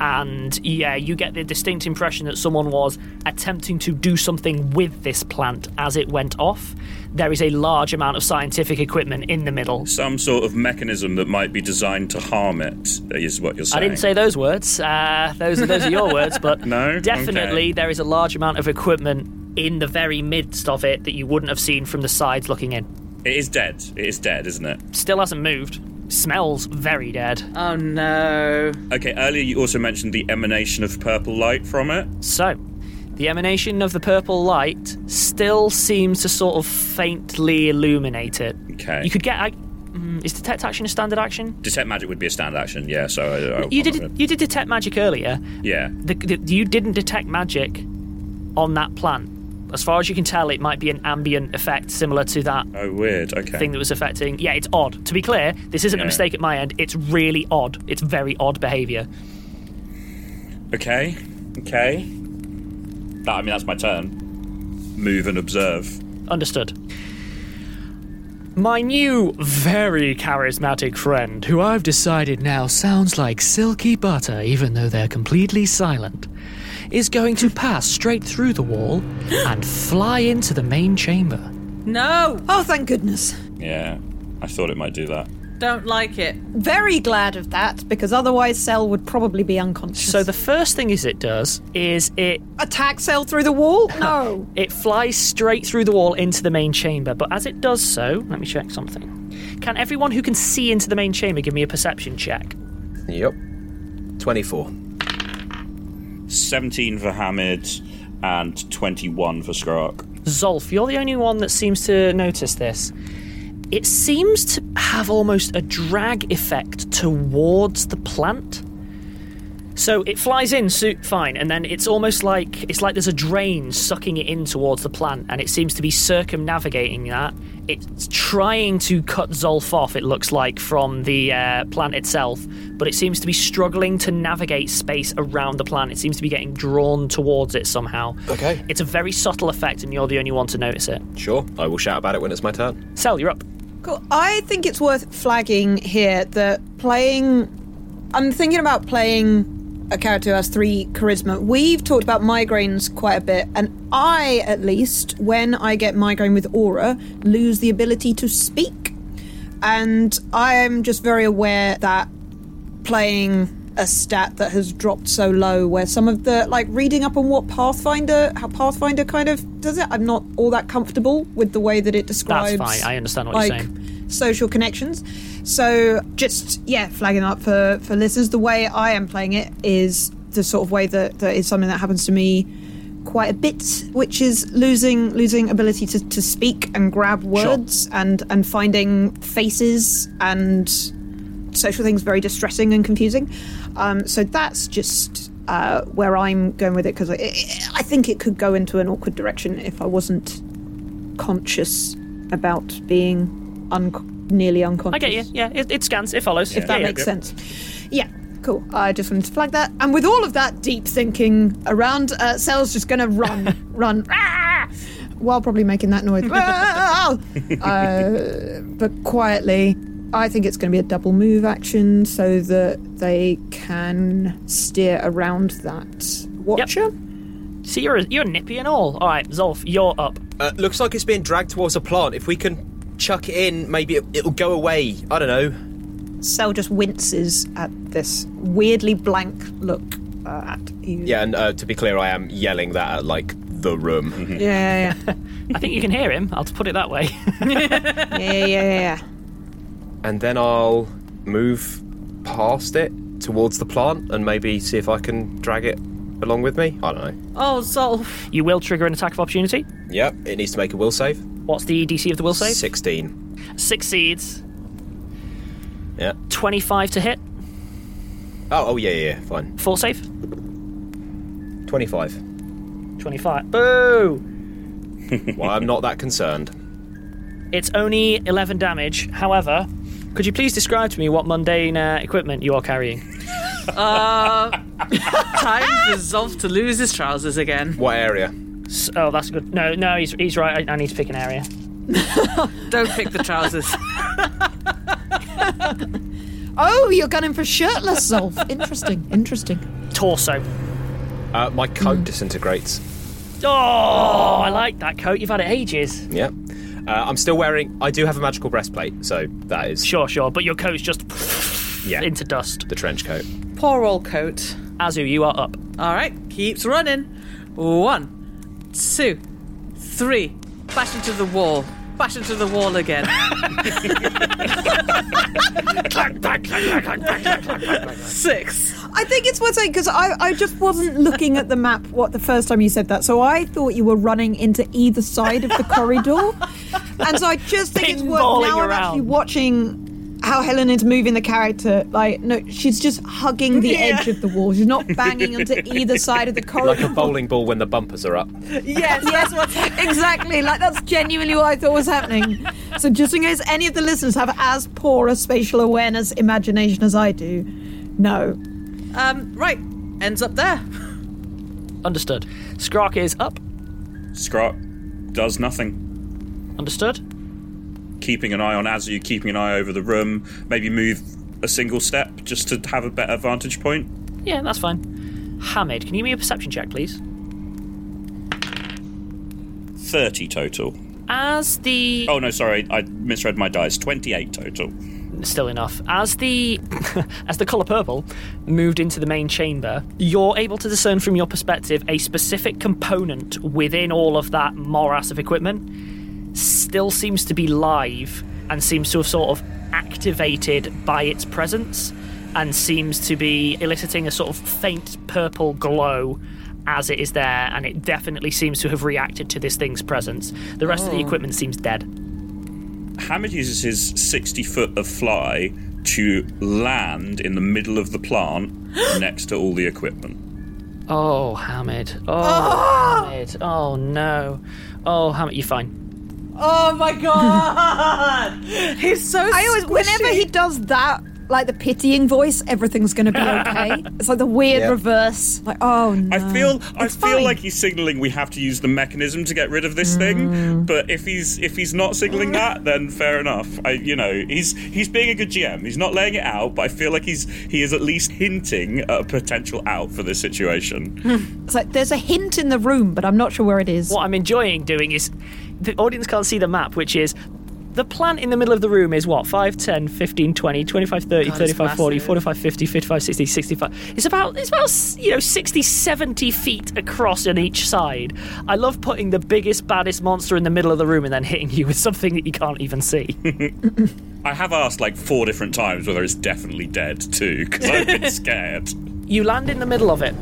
Speaker 2: And yeah, you get the distinct impression that someone was attempting to do something with this plant as it went off. There is a large amount of scientific equipment in the middle.
Speaker 6: Some sort of mechanism that might be designed to harm it, is what you're saying.
Speaker 2: I didn't say those words. Uh, those are those are your words, but
Speaker 6: [laughs] No?
Speaker 2: definitely
Speaker 6: Okay.
Speaker 2: there is a large amount of equipment in the very midst of it that you wouldn't have seen from the sides looking in.
Speaker 6: It is dead. It is dead, isn't it?
Speaker 2: Still hasn't moved. Smells very dead.
Speaker 1: oh no.
Speaker 6: Okay, earlier you also mentioned the emanation of purple light from it.
Speaker 2: So, the emanation of the purple light still seems to sort of faintly illuminate it.
Speaker 6: Okay.
Speaker 2: You could get. I, mm, is detect action a standard action?
Speaker 6: Detect magic would be a standard action, yeah, so. I, I,
Speaker 2: You
Speaker 6: I'm not gonna-
Speaker 2: did. You did detect magic earlier.
Speaker 6: Yeah.
Speaker 2: the, the, you didn't detect magic on that plant. As far as you can tell, it might be an ambient effect similar to that
Speaker 6: Oh, weird. Okay.
Speaker 2: thing that was affecting. Yeah, it's odd. To be clear, this isn't a
Speaker 6: Yeah.
Speaker 2: mistake at my end. It's really odd. It's very odd behavior.
Speaker 6: Okay. Okay. That, I mean, that's my turn. Move and observe.
Speaker 2: Understood. My new, very charismatic friend, who I've decided now sounds like silky butter, even though they're completely silent, is going to pass straight through the wall and fly into the main chamber.
Speaker 1: No,
Speaker 4: Oh, thank goodness.
Speaker 6: Yeah. I thought it might do that.
Speaker 1: don't like it.
Speaker 4: Very glad of that because otherwise Cell would probably be unconscious.
Speaker 2: So the first thing is it does is it
Speaker 4: attack Cell through the
Speaker 2: [laughs]
Speaker 4: wall? No.
Speaker 2: it flies straight through the wall into the main chamber. But as it does so, let me check something. Can everyone who can see into the main chamber give me a perception check?
Speaker 5: Yep. 24.
Speaker 6: 17 for Hamid and 21 for Skrark.
Speaker 2: Zolf, you're the only one that seems to notice this. It seems to have almost a drag effect towards the plant. So it flies in, so fine, and then it's almost like it's like there's a drain sucking it in towards the plant, and it seems to be circumnavigating that. It's trying to cut Zolf off. It looks like from the uh, plant itself, but it seems to be struggling to navigate space around the plant. It seems to be getting drawn towards it somehow.
Speaker 5: Okay.
Speaker 2: It's a very subtle effect, and you're the only one to notice it.
Speaker 5: Sure, I will shout about it when it's my turn.
Speaker 2: Sel, you're up.
Speaker 4: Cool. I think it's worth flagging here that playing. I'm thinking about playing a character who has three charisma. We've talked about migraines quite a bit, and I, at least, when I get migraine with aura, lose the ability to speak. And I am just very aware that playing a stat that has dropped so low where some of the like reading up on what pathfinder how pathfinder kind of does it i'm not all that comfortable with the way that it
Speaker 2: That's
Speaker 4: describes
Speaker 2: fine. I understand what
Speaker 4: like
Speaker 2: you're saying.
Speaker 4: social connections. So just yeah, flagging up for for listeners. The way I am playing it is the sort of way that that is something that happens to me quite a bit, which is losing losing ability to, to speak and grab words and and finding faces and social things very distressing and confusing. Um, so that's just. Uh, where I'm going with it because I, I think it could go into an awkward direction if I wasn't conscious about being un- nearly unconscious.
Speaker 2: I get you. Yeah, it, it scans. It follows.
Speaker 4: If that
Speaker 2: yeah,
Speaker 4: makes
Speaker 6: yeah.
Speaker 4: sense. Yeah, cool. I just wanted to flag that. And with all of that deep thinking around, uh, Cell's just going to [laughs] run, run, ah, while probably making that noise. Ah! [laughs] uh, but quietly. I think it's going to be a double move action so that they can steer around that watcher.
Speaker 2: See, you're you're nippy and all. All right, Zolf, you're up.
Speaker 5: Uh, looks like it's being dragged towards a plant. If we can chuck it in, maybe it, it'll go away. I don't know.
Speaker 4: Cell just winces at this weirdly blank look uh, at you.
Speaker 5: Yeah, and uh, to be clear, I am yelling that at like the room.
Speaker 4: Yeah, yeah,
Speaker 2: I think you can hear him. I'll put it that way. [laughs]
Speaker 4: yeah, yeah, yeah, yeah. yeah.
Speaker 5: and then I'll move past it towards the plant and maybe see if I can drag it along with me. I don't know.
Speaker 1: Oh, Zolf.
Speaker 2: you will trigger an attack of opportunity.
Speaker 5: Yep, it needs to make a will save.
Speaker 2: What's the DC of the will save?
Speaker 5: Sixteen.
Speaker 2: Succeeds.
Speaker 5: Yeah.
Speaker 2: 25 to hit.
Speaker 5: Oh, oh yeah, yeah, yeah, fine.
Speaker 2: Full save.
Speaker 5: Twenty-five.
Speaker 2: 25. Boo!
Speaker 5: well, I'm not that concerned.
Speaker 2: It's only 11 damage. However, could you please describe to me what mundane uh, equipment you are carrying?
Speaker 1: [laughs] Time for Zolf to lose his trousers again.
Speaker 5: What area?
Speaker 2: S- Oh, that's good. No, no, he's, he's right. I, I need to pick an area.
Speaker 1: Don't pick the trousers.
Speaker 4: Oh, you're gunning for shirtless [laughs] Zolf. Interesting, interesting.
Speaker 2: Torso.
Speaker 5: Uh, my coat disintegrates.
Speaker 2: Oh, I like that coat. You've had it ages.
Speaker 5: Yeah. Uh, I'm still wearing. I do have a magical breastplate, so that is
Speaker 2: Sure, sure. But your coat's just
Speaker 5: yeah
Speaker 2: into dust.
Speaker 5: the trench coat.
Speaker 1: [laughs] Poor old coat.
Speaker 2: Azu, you are up.
Speaker 1: All right, keeps running. One, two, three. Bash into the wall. Bash into the wall again. [laughs] Six.
Speaker 4: I think it's worth saying because I, I just wasn't looking at the map what the first time you said that, so I thought you were running into either side of the [laughs] corridor, and so I just think it's worth
Speaker 2: Pinballing
Speaker 4: now. I'm actually
Speaker 2: around.
Speaker 4: watching how Helen is moving the character. Like, no, she's just hugging the edge of the wall. She's not banging onto either side of the
Speaker 5: Like
Speaker 4: corridor.
Speaker 5: a bowling ball when the bumpers are up.
Speaker 4: Yes, yes, exactly. Like that's genuinely what I thought was happening. So just in case any of the listeners have as poor a spatial awareness imagination as I do, no.
Speaker 1: Um, right, ends up there.
Speaker 2: Understood. Skrark is up.
Speaker 6: Scrot does nothing.
Speaker 2: Understood.
Speaker 6: Keeping an eye on Azu, keeping an eye over the room, maybe move a single step just to have a better vantage point.
Speaker 2: Yeah, that's fine. Hamid, can you give me a perception check, please?
Speaker 6: 30 total.
Speaker 2: As the
Speaker 6: Oh, no, sorry, I misread my dice. 28 total.
Speaker 2: still enough. As the [laughs] as the color purple moved into the main chamber, you're able to discern from your perspective a specific component within all of that morass of equipment still seems to be live and seems to have sort of activated by its presence and seems to be eliciting a sort of faint purple glow as it is there and it definitely seems to have reacted to this thing's presence. The rest of the equipment seems dead.
Speaker 6: Hamid uses his 60 foot of fly to land in the middle of the plant [gasps] next to all the equipment.
Speaker 2: Oh, Hamid. Oh, Hamid. Oh, no. Oh, Hamid, you're fine.
Speaker 1: Oh my god! [laughs] He's so.
Speaker 4: I always, whenever he does that, like the pitying voice, everything's going to be okay. it's like the weird
Speaker 5: Yep.
Speaker 4: reverse. Like, oh no.
Speaker 6: I feel I
Speaker 4: It's
Speaker 6: feel
Speaker 4: fine.
Speaker 6: like he's signaling we have to use the mechanism to get rid of this
Speaker 4: Mm.
Speaker 6: thing. But if he's if he's not signaling that, then fair enough. I you know he's he's being a good GM. He's not laying it out, but I feel like he's he is at least hinting at a potential out for
Speaker 4: [laughs]
Speaker 6: this situation.
Speaker 4: It's like there's a hint in the room, but I'm not sure where it is.
Speaker 2: What I'm enjoying doing is the audience can't see the map, which is the plant in the middle of the room is what? 5, 10, 15, 20, 25, 30,
Speaker 1: God, it's
Speaker 2: 35, 40,
Speaker 1: massive.
Speaker 2: 45, 50, 55, 60, 65. It's about, it's about, you know, 60, 70 feet across on each side. I love putting the biggest, baddest monster in the middle of the room and then hitting you with something that you can't even see.
Speaker 6: I have asked like four different times whether it's definitely dead too because
Speaker 4: [laughs]
Speaker 6: I've been scared.
Speaker 2: you land in the middle of it.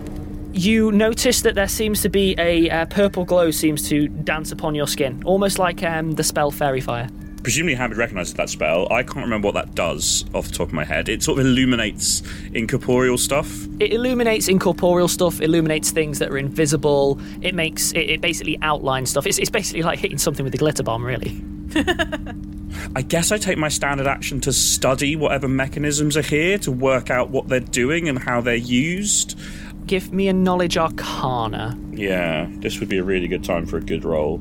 Speaker 2: You notice that there seems to be a uh, purple glow seems to dance upon your skin, almost like um, the spell Fairy Fire.
Speaker 6: Presumably, Hamid recognises that spell. I can't remember what that does off the top of my head. It sort of illuminates incorporeal stuff.
Speaker 2: It illuminates incorporeal stuff, illuminates things that are invisible. It makes it, it basically outlines stuff. It's, it's basically like hitting something with a glitter bomb, really.
Speaker 6: I guess I take my standard action to study whatever mechanisms are here to work out what they're doing and how they're used.
Speaker 2: Give me a knowledge arcana.
Speaker 6: Yeah, this would be a really good time for a good roll.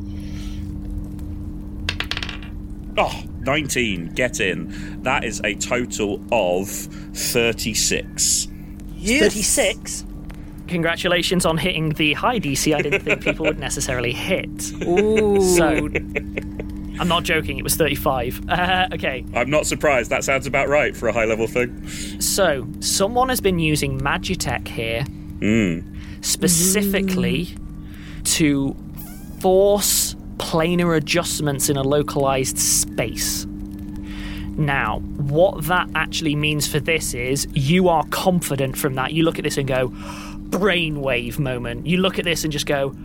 Speaker 6: Oh, 19. Get in. That is a total of 36.
Speaker 2: Thirty-six. Congratulations on hitting the high DC. I didn't think people would necessarily hit.
Speaker 1: Ooh.
Speaker 2: So, I'm not joking. It was thirty-five. Uh, okay.
Speaker 6: I'm not surprised. That sounds about right for a high level thing.
Speaker 2: So, someone has been using Magitech here specifically to force planar adjustments in a localized space. Now, what that actually means for this is you are confident from that. You look at this and go, brainwave moment. You look at this and just go,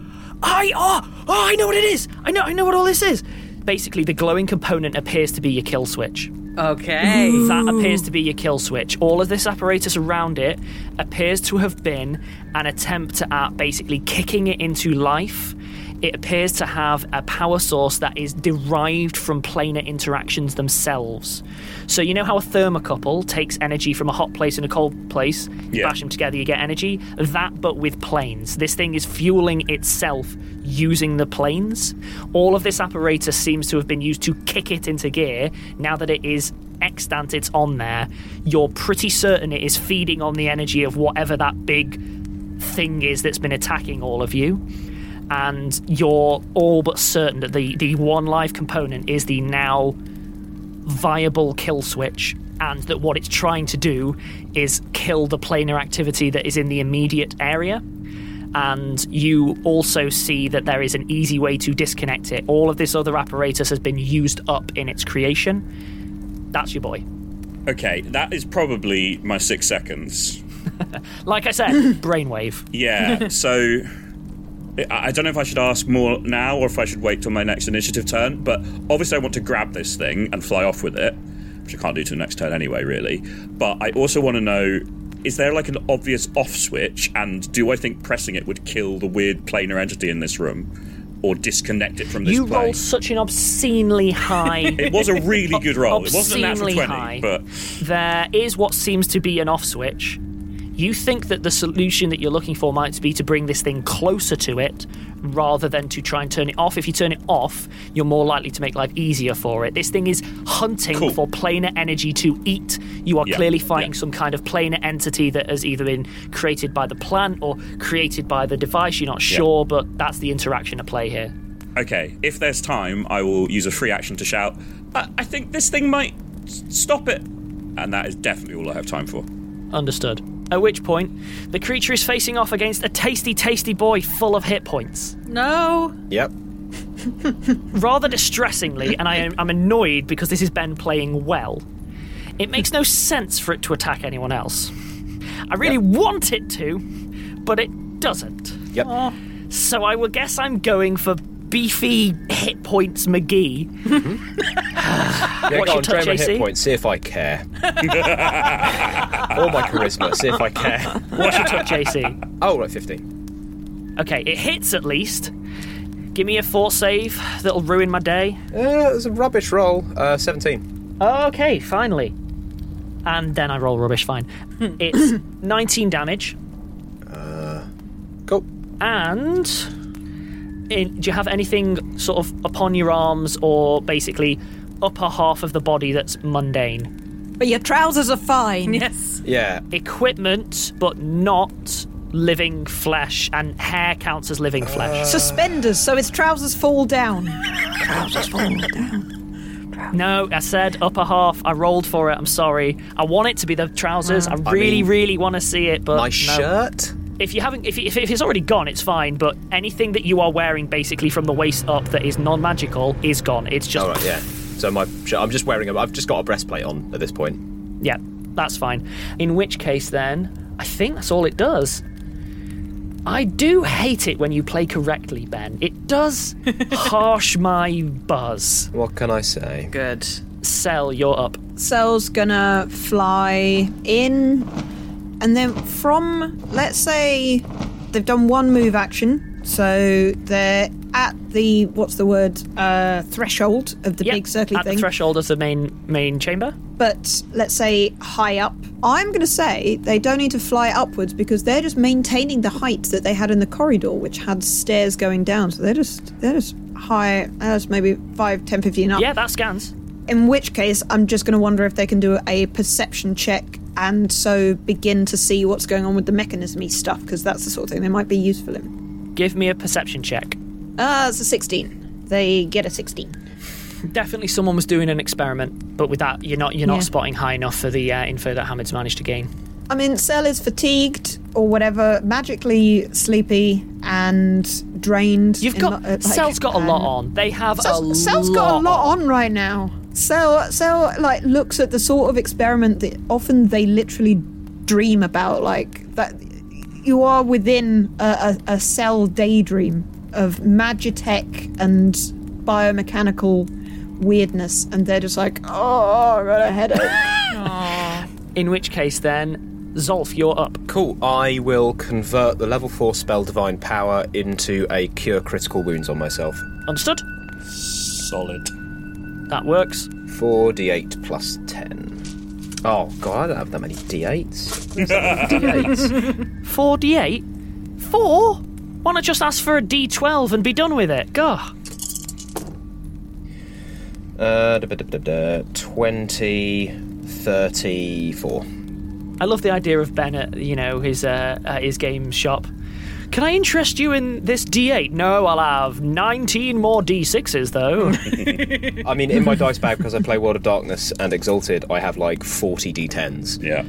Speaker 2: I oh, oh I know what it is. I know I know what all this is. Basically, the glowing component appears to be your kill switch.
Speaker 1: okay. [laughs]
Speaker 2: That appears to be your kill switch. All of this apparatus around it appears to have been an attempt at basically kicking it into life. It appears to have a power source that is derived from planar interactions themselves. So, you know how a thermocouple takes energy from a hot place and a cold place? You
Speaker 6: Yeah.
Speaker 2: bash them together, you get energy. That, but with planes. This thing is fueling itself using the planes. All of this apparatus seems to have been used to kick it into gear. Now that it is extant, it's on there. You're pretty certain it is feeding on the energy of whatever that big thing is that's been attacking all of you. And you're all but certain that the, the one life component is the now viable kill switch, and that what it's trying to do is kill the planar activity that is in the immediate area. And you also see that there is an easy way to disconnect it. All of this other apparatus has been used up in its creation. That's your boy.
Speaker 6: Okay, that is probably my six seconds.
Speaker 2: Like I said, [coughs] brainwave. [laughs]
Speaker 6: Yeah, so I I don't know if I should ask more now or if I should wait till my next initiative turn, but obviously I want to grab this thing and fly off with it, which I can't do till next turn anyway, really. But I also want to know is there like an obvious off switch, and do I think pressing it would kill the weird planar entity in this room or disconnect it from this
Speaker 2: You
Speaker 6: plane?
Speaker 2: rolled such an obscenely high
Speaker 6: It was a really
Speaker 2: [laughs]
Speaker 6: good roll. It wasn't a natural
Speaker 2: obscenely
Speaker 6: 20,
Speaker 2: high.
Speaker 6: but
Speaker 2: there is what seems to be an off switch. You think that the solution that you're looking for might be to bring this thing closer to it rather than to try and turn it off. If you turn it off, you're more likely to make life easier for it. This thing is hunting
Speaker 6: Cool.
Speaker 2: for planar energy to eat. You are
Speaker 6: Yeah,
Speaker 2: clearly fighting
Speaker 6: yeah.
Speaker 2: some kind of planar entity that has either been created by the plant or created by the device. You're not sure, but that's the interaction at play here.
Speaker 6: Okay, if there's time, I will use a free action to shout, I, I think this thing might s- stop it. And that is definitely all I have time for.
Speaker 2: Understood. At which point, the creature is facing off against a tasty, tasty boy full of hit points.
Speaker 1: No.
Speaker 5: Yep.
Speaker 2: Rather distressingly, and I am, I'm annoyed because this is Ben playing well, it makes no sense for it to attack anyone else. I really want it to, but it doesn't.
Speaker 5: Yep.
Speaker 2: Oh, So I will guess I'm going for beefy hit points McGee.
Speaker 5: Yeah,
Speaker 2: What's
Speaker 5: go
Speaker 2: your
Speaker 5: on, drain
Speaker 2: touch
Speaker 5: my hit
Speaker 2: AC?
Speaker 5: points, see if
Speaker 2: [laughs]
Speaker 5: I care. or my charisma, see if I care.
Speaker 2: What's your touch AC?
Speaker 5: Oh, right, 15.
Speaker 2: Okay, it hits at least. Give me a force save that'll ruin my day.
Speaker 5: Uh, that was a rubbish roll. Uh, 17.
Speaker 2: Okay, finally. And then I roll rubbish, fine. It's 19 damage,
Speaker 5: Cool.
Speaker 2: and. In, do you have anything sort of upon your arms or basically upper half of the body that's mundane?
Speaker 8: But your trousers are fine.
Speaker 1: Yes.
Speaker 5: Yeah.
Speaker 2: Equipment, but not living flesh, and hair counts as
Speaker 5: Uh,
Speaker 2: living flesh.
Speaker 4: Suspenders, so its trousers fall down.
Speaker 2: No, I said upper half. I rolled for it. I'm sorry. I want it to be the trousers. I really,
Speaker 5: Uh, mean,
Speaker 2: really want to see it, but
Speaker 5: My
Speaker 2: Uh, no.
Speaker 5: shirt?
Speaker 2: if you haven't if, if, if it's already gone it's fine but anything that you are wearing basically from the waist up that is non-magical is gone it's just
Speaker 5: Alright, yeah. So my shirt, I'm just wearing a, I've just got a breastplate on at this point.
Speaker 2: yeah that's fine in which case then i think that's all it does i do hate it when you play correctly ben it does harsh my buzz
Speaker 5: What can I say?
Speaker 1: Good.
Speaker 2: sell you're up
Speaker 4: Cell's gonna fly in, and then from, let's say, they've done one move action, so they're at the, what's the word, uh, threshold of the
Speaker 2: Yeah,
Speaker 4: big circly
Speaker 2: at
Speaker 4: thing.
Speaker 2: the threshold of the main main chamber
Speaker 4: but let's say high up. I'm going to say they don't need to fly upwards because they're just maintaining the height that they had in the corridor, which had stairs going down. So they're just they're just high. That's maybe 5, 10, 15 up.
Speaker 2: yeah that scans
Speaker 4: In which case, I'm just going to wonder if they can do a perception check and so begin to see what's going on with the mechanismy stuff because that's the sort of thing they might be useful in.
Speaker 2: give me a perception check
Speaker 4: Ah, it's a 16. They get a 16.
Speaker 2: definitely someone was doing an experiment but with that you're not you're not
Speaker 8: Yeah.
Speaker 2: spotting high enough for the uh, info that hamid's managed to gain
Speaker 4: I mean, Cell is fatigued or whatever, magically sleepy and drained.
Speaker 2: You've
Speaker 4: in
Speaker 2: got
Speaker 4: lo- uh, like,
Speaker 2: Cell's got a lot
Speaker 4: um,
Speaker 2: on. They have a
Speaker 4: Cell's, Cell's got a lot on right now. Cell, Cell, like looks at the sort of experiment that often they literally dream about, like that. You are within a, a, a cell daydream of magitech and biomechanical weirdness, and they're just like, oh, I got a headache. [laughs]
Speaker 2: In which case, then Zolf, you're up.
Speaker 5: Cool. I will convert the level 4 spell Divine Power into a cure critical wounds on myself.
Speaker 2: Understood?
Speaker 6: Solid.
Speaker 2: That works.
Speaker 5: 4d8 plus 10. Oh, God, I don't have that many d8s. Where's that many d8s?
Speaker 2: Forty-eight. Four. Why not just ask for a D12 and be done with it? Go.
Speaker 5: Uh, da, ba, da, ba, da, da, 20, 34.
Speaker 2: I love the idea of Ben at you know his uh, at his game shop. Can I interest you in this D8? No, I'll have 19 more D6s though.
Speaker 5: I mean, in my dice bag, because I play World of Darkness and Exalted, I have like 40 d10s.
Speaker 6: Yeah.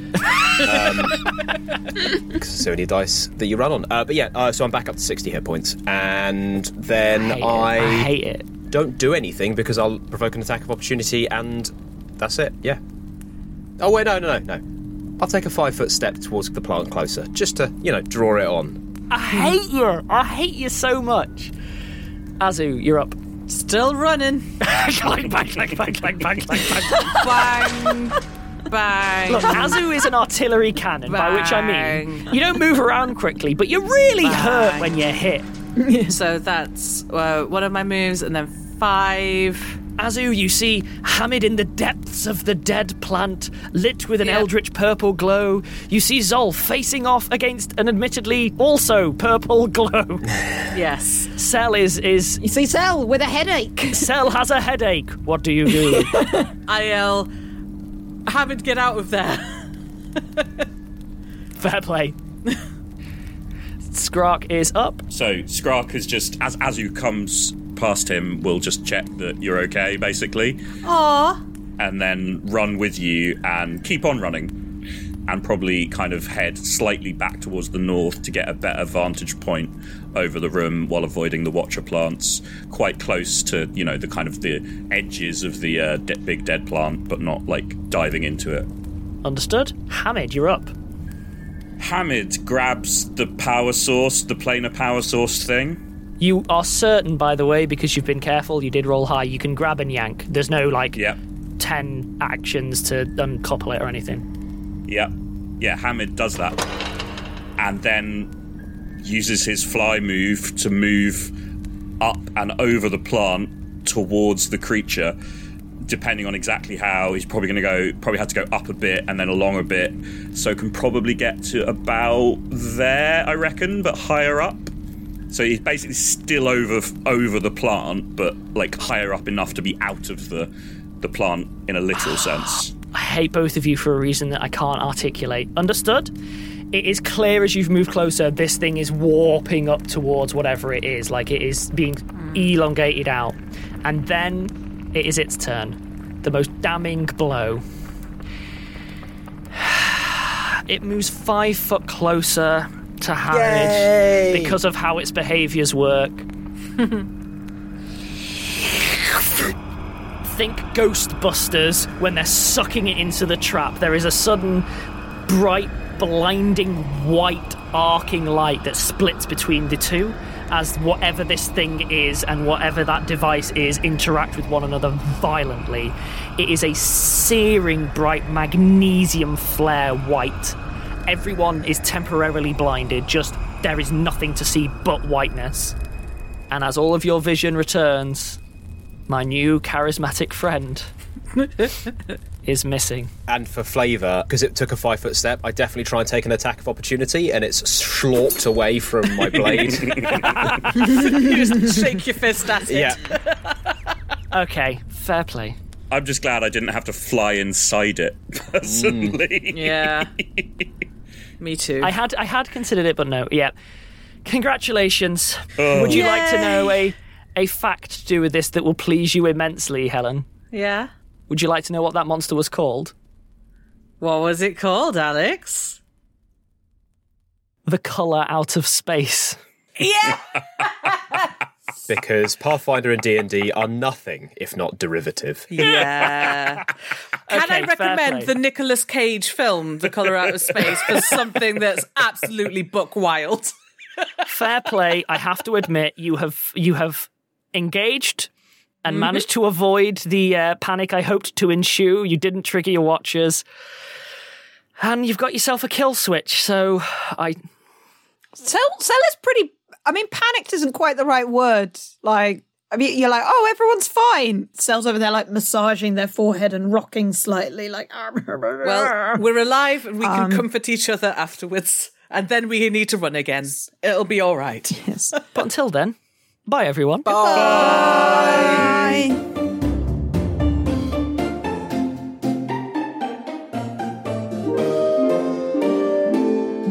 Speaker 5: So many dice that you run on. Uh, but yeah, uh, so I'm back up to 60 hit points. And then
Speaker 2: hate it.
Speaker 5: I,
Speaker 2: I hate it.
Speaker 5: don't do anything because I'll provoke an attack of opportunity and that's it. Yeah. Oh wait, no, no, no, no. I'll take a five foot step towards the plant closer, just to you know draw it on.
Speaker 2: I hate you. I hate you so much. Azu, you're up.
Speaker 8: Still running.
Speaker 2: clank, bang, clank, bang, clank, bang, clank, bang.
Speaker 1: [laughs]
Speaker 8: Bang. Bang.
Speaker 2: Look, Azu is an artillery cannon, by which I mean
Speaker 8: Bang.
Speaker 2: you don't move around quickly, but you're really hurt when you're hit.
Speaker 1: So that's uh, one of my moves, and then five.
Speaker 2: Azu, you see Hamid in the depths of the dead plant, lit with an
Speaker 1: Yeah.
Speaker 2: eldritch purple glow. You see Zol facing off against an admittedly also purple [laughs] glow.
Speaker 1: Yes.
Speaker 2: Cell is is
Speaker 4: you see, Cell with a headache.
Speaker 2: Cell has a headache. What do you do?
Speaker 1: I yell, Hamid, get out of [laughs] there.
Speaker 2: Fair play. Skrark is up.
Speaker 6: So Skrark is just as Azu comes past him, will just check that you're okay, basically. Aww. And then run with you and keep on running. And probably kind of head slightly back towards the north to get a better vantage point over the room while avoiding the watcher plants, quite close to you know the kind of the edges of the uh, de- big dead plant, but not like diving into it.
Speaker 2: Understood. Hamid, you're up.
Speaker 6: Hamid grabs the power source, the planar power source thing,
Speaker 2: You are certain, by the way, because you've been careful, you did roll high, you can grab and yank. There's no, like,
Speaker 6: Yep.
Speaker 2: 10 actions to uncouple it or anything.
Speaker 6: Yep. Yeah, Hamid does that. And then uses his fly move to move up and over the plant towards the creature. Depending on exactly how, he's probably going to go, probably had to go up a bit and then along a bit. So can probably get to about there, I reckon, but higher up. So he's basically still over over the plant, but like higher up enough to be out of the the plant in a literal sense.
Speaker 2: I hate both of you for a reason that I can't articulate. Understood? It is clear as you've moved closer, this thing is warping up towards whatever it is. Like, it is being elongated out. And then it is its turn. The most damning blow. [sighs] It moves five foot closer to Hamid because of how its behaviors work. Think Ghostbusters when they're sucking it into the trap. There is a sudden, bright, blinding, white, arcing light that splits between the two as whatever this thing is and whatever that device is interact with one another violently. It is a searing, bright, magnesium flare white everyone is temporarily blinded just there is nothing to see but whiteness and as all of your vision returns my new charismatic friend is missing
Speaker 5: And for flavour, because it took a five foot step, I definitely try and take an attack of opportunity, and it's slorped away from my blade.
Speaker 1: Shake your fist at it.
Speaker 5: yeah,
Speaker 2: okay fair play
Speaker 6: I'm just glad I didn't have to fly inside it personally.
Speaker 1: Yeah. Me too.
Speaker 2: i had i had considered it but no yeah congratulations would you like to know a a fact to do with this that will please you immensely helen
Speaker 1: yeah.
Speaker 2: would you like to know what that monster was called
Speaker 1: What was it called, Alex?
Speaker 2: the color out of space
Speaker 5: because Pathfinder and D and D are nothing if not derivative.
Speaker 1: Yeah. [laughs] Can I
Speaker 2: Okay, fair
Speaker 1: recommend
Speaker 2: play.
Speaker 1: the Nicolas Cage film, The Color Out of Space, for something that's absolutely buck wild?
Speaker 2: fair play. I have to admit, you have you have engaged and managed to avoid the uh, panic I hoped to ensue. You didn't trigger your watchers, and you've got yourself a kill switch. So I
Speaker 4: Sell, sell is pretty. I mean, panicked isn't quite the right word. Like, I mean, you're like, oh, everyone's fine. Cell's over there, like, massaging their forehead and rocking slightly, like, [laughs]
Speaker 1: Well,
Speaker 4: well,
Speaker 1: we're alive and we can comfort each other afterwards. And then we need to run again. It'll be all right.
Speaker 2: but until then, bye everyone.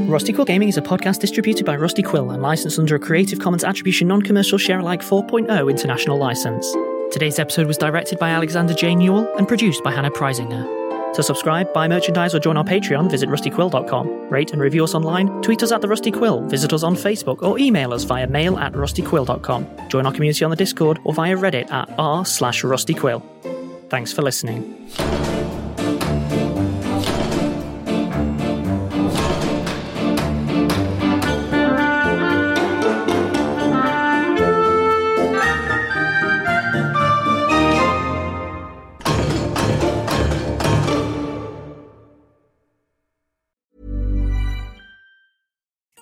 Speaker 2: Rusty Quill Gaming is a podcast distributed by Rusty Quill and licensed under a Creative Commons Attribution Non Commercial Share Alike 4.0 international license. Today's episode was directed by Alexander J. Newell and produced by Hannah Preisinger. To subscribe, buy merchandise, or join our Patreon, visit rustyquill.com. Rate and review us online, tweet us at The Rusty Quill, visit us on Facebook, or email us via mail at rustyquill.com. Join our community on the Discord or via Reddit at r slash rustyquill. Thanks for listening.
Speaker 1: [laughs]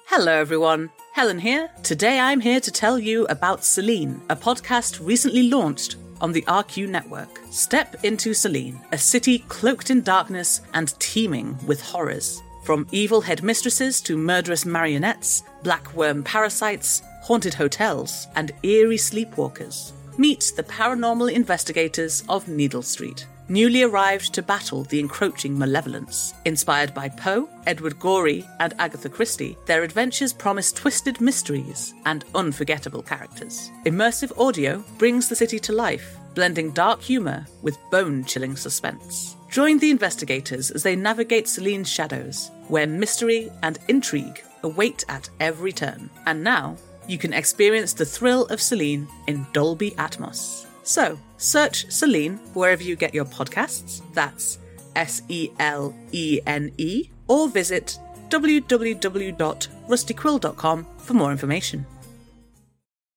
Speaker 1: Hello, everyone. Helen here. Today I'm here to tell you about Celine, a podcast recently launched on the RQ network. Step into Celine, a city cloaked in darkness and teeming with horrors. From evil headmistresses to murderous marionettes, black worm parasites, haunted hotels, and eerie sleepwalkers. Meet the paranormal investigators of Needle Street, newly arrived to battle the encroaching malevolence. Inspired by Poe, Edward Gorey, and Agatha Christie, their adventures promise twisted mysteries and unforgettable characters. Immersive audio brings the city to life, blending dark humour with bone chilling suspense. Join the investigators as they navigate Celine's shadows, where mystery and intrigue await at every turn. And now, you can experience the thrill of Celine in Dolby Atmos. So, search Celine wherever you get your podcasts. That's S E L E N E, or visit www.rustyquill.com for more information.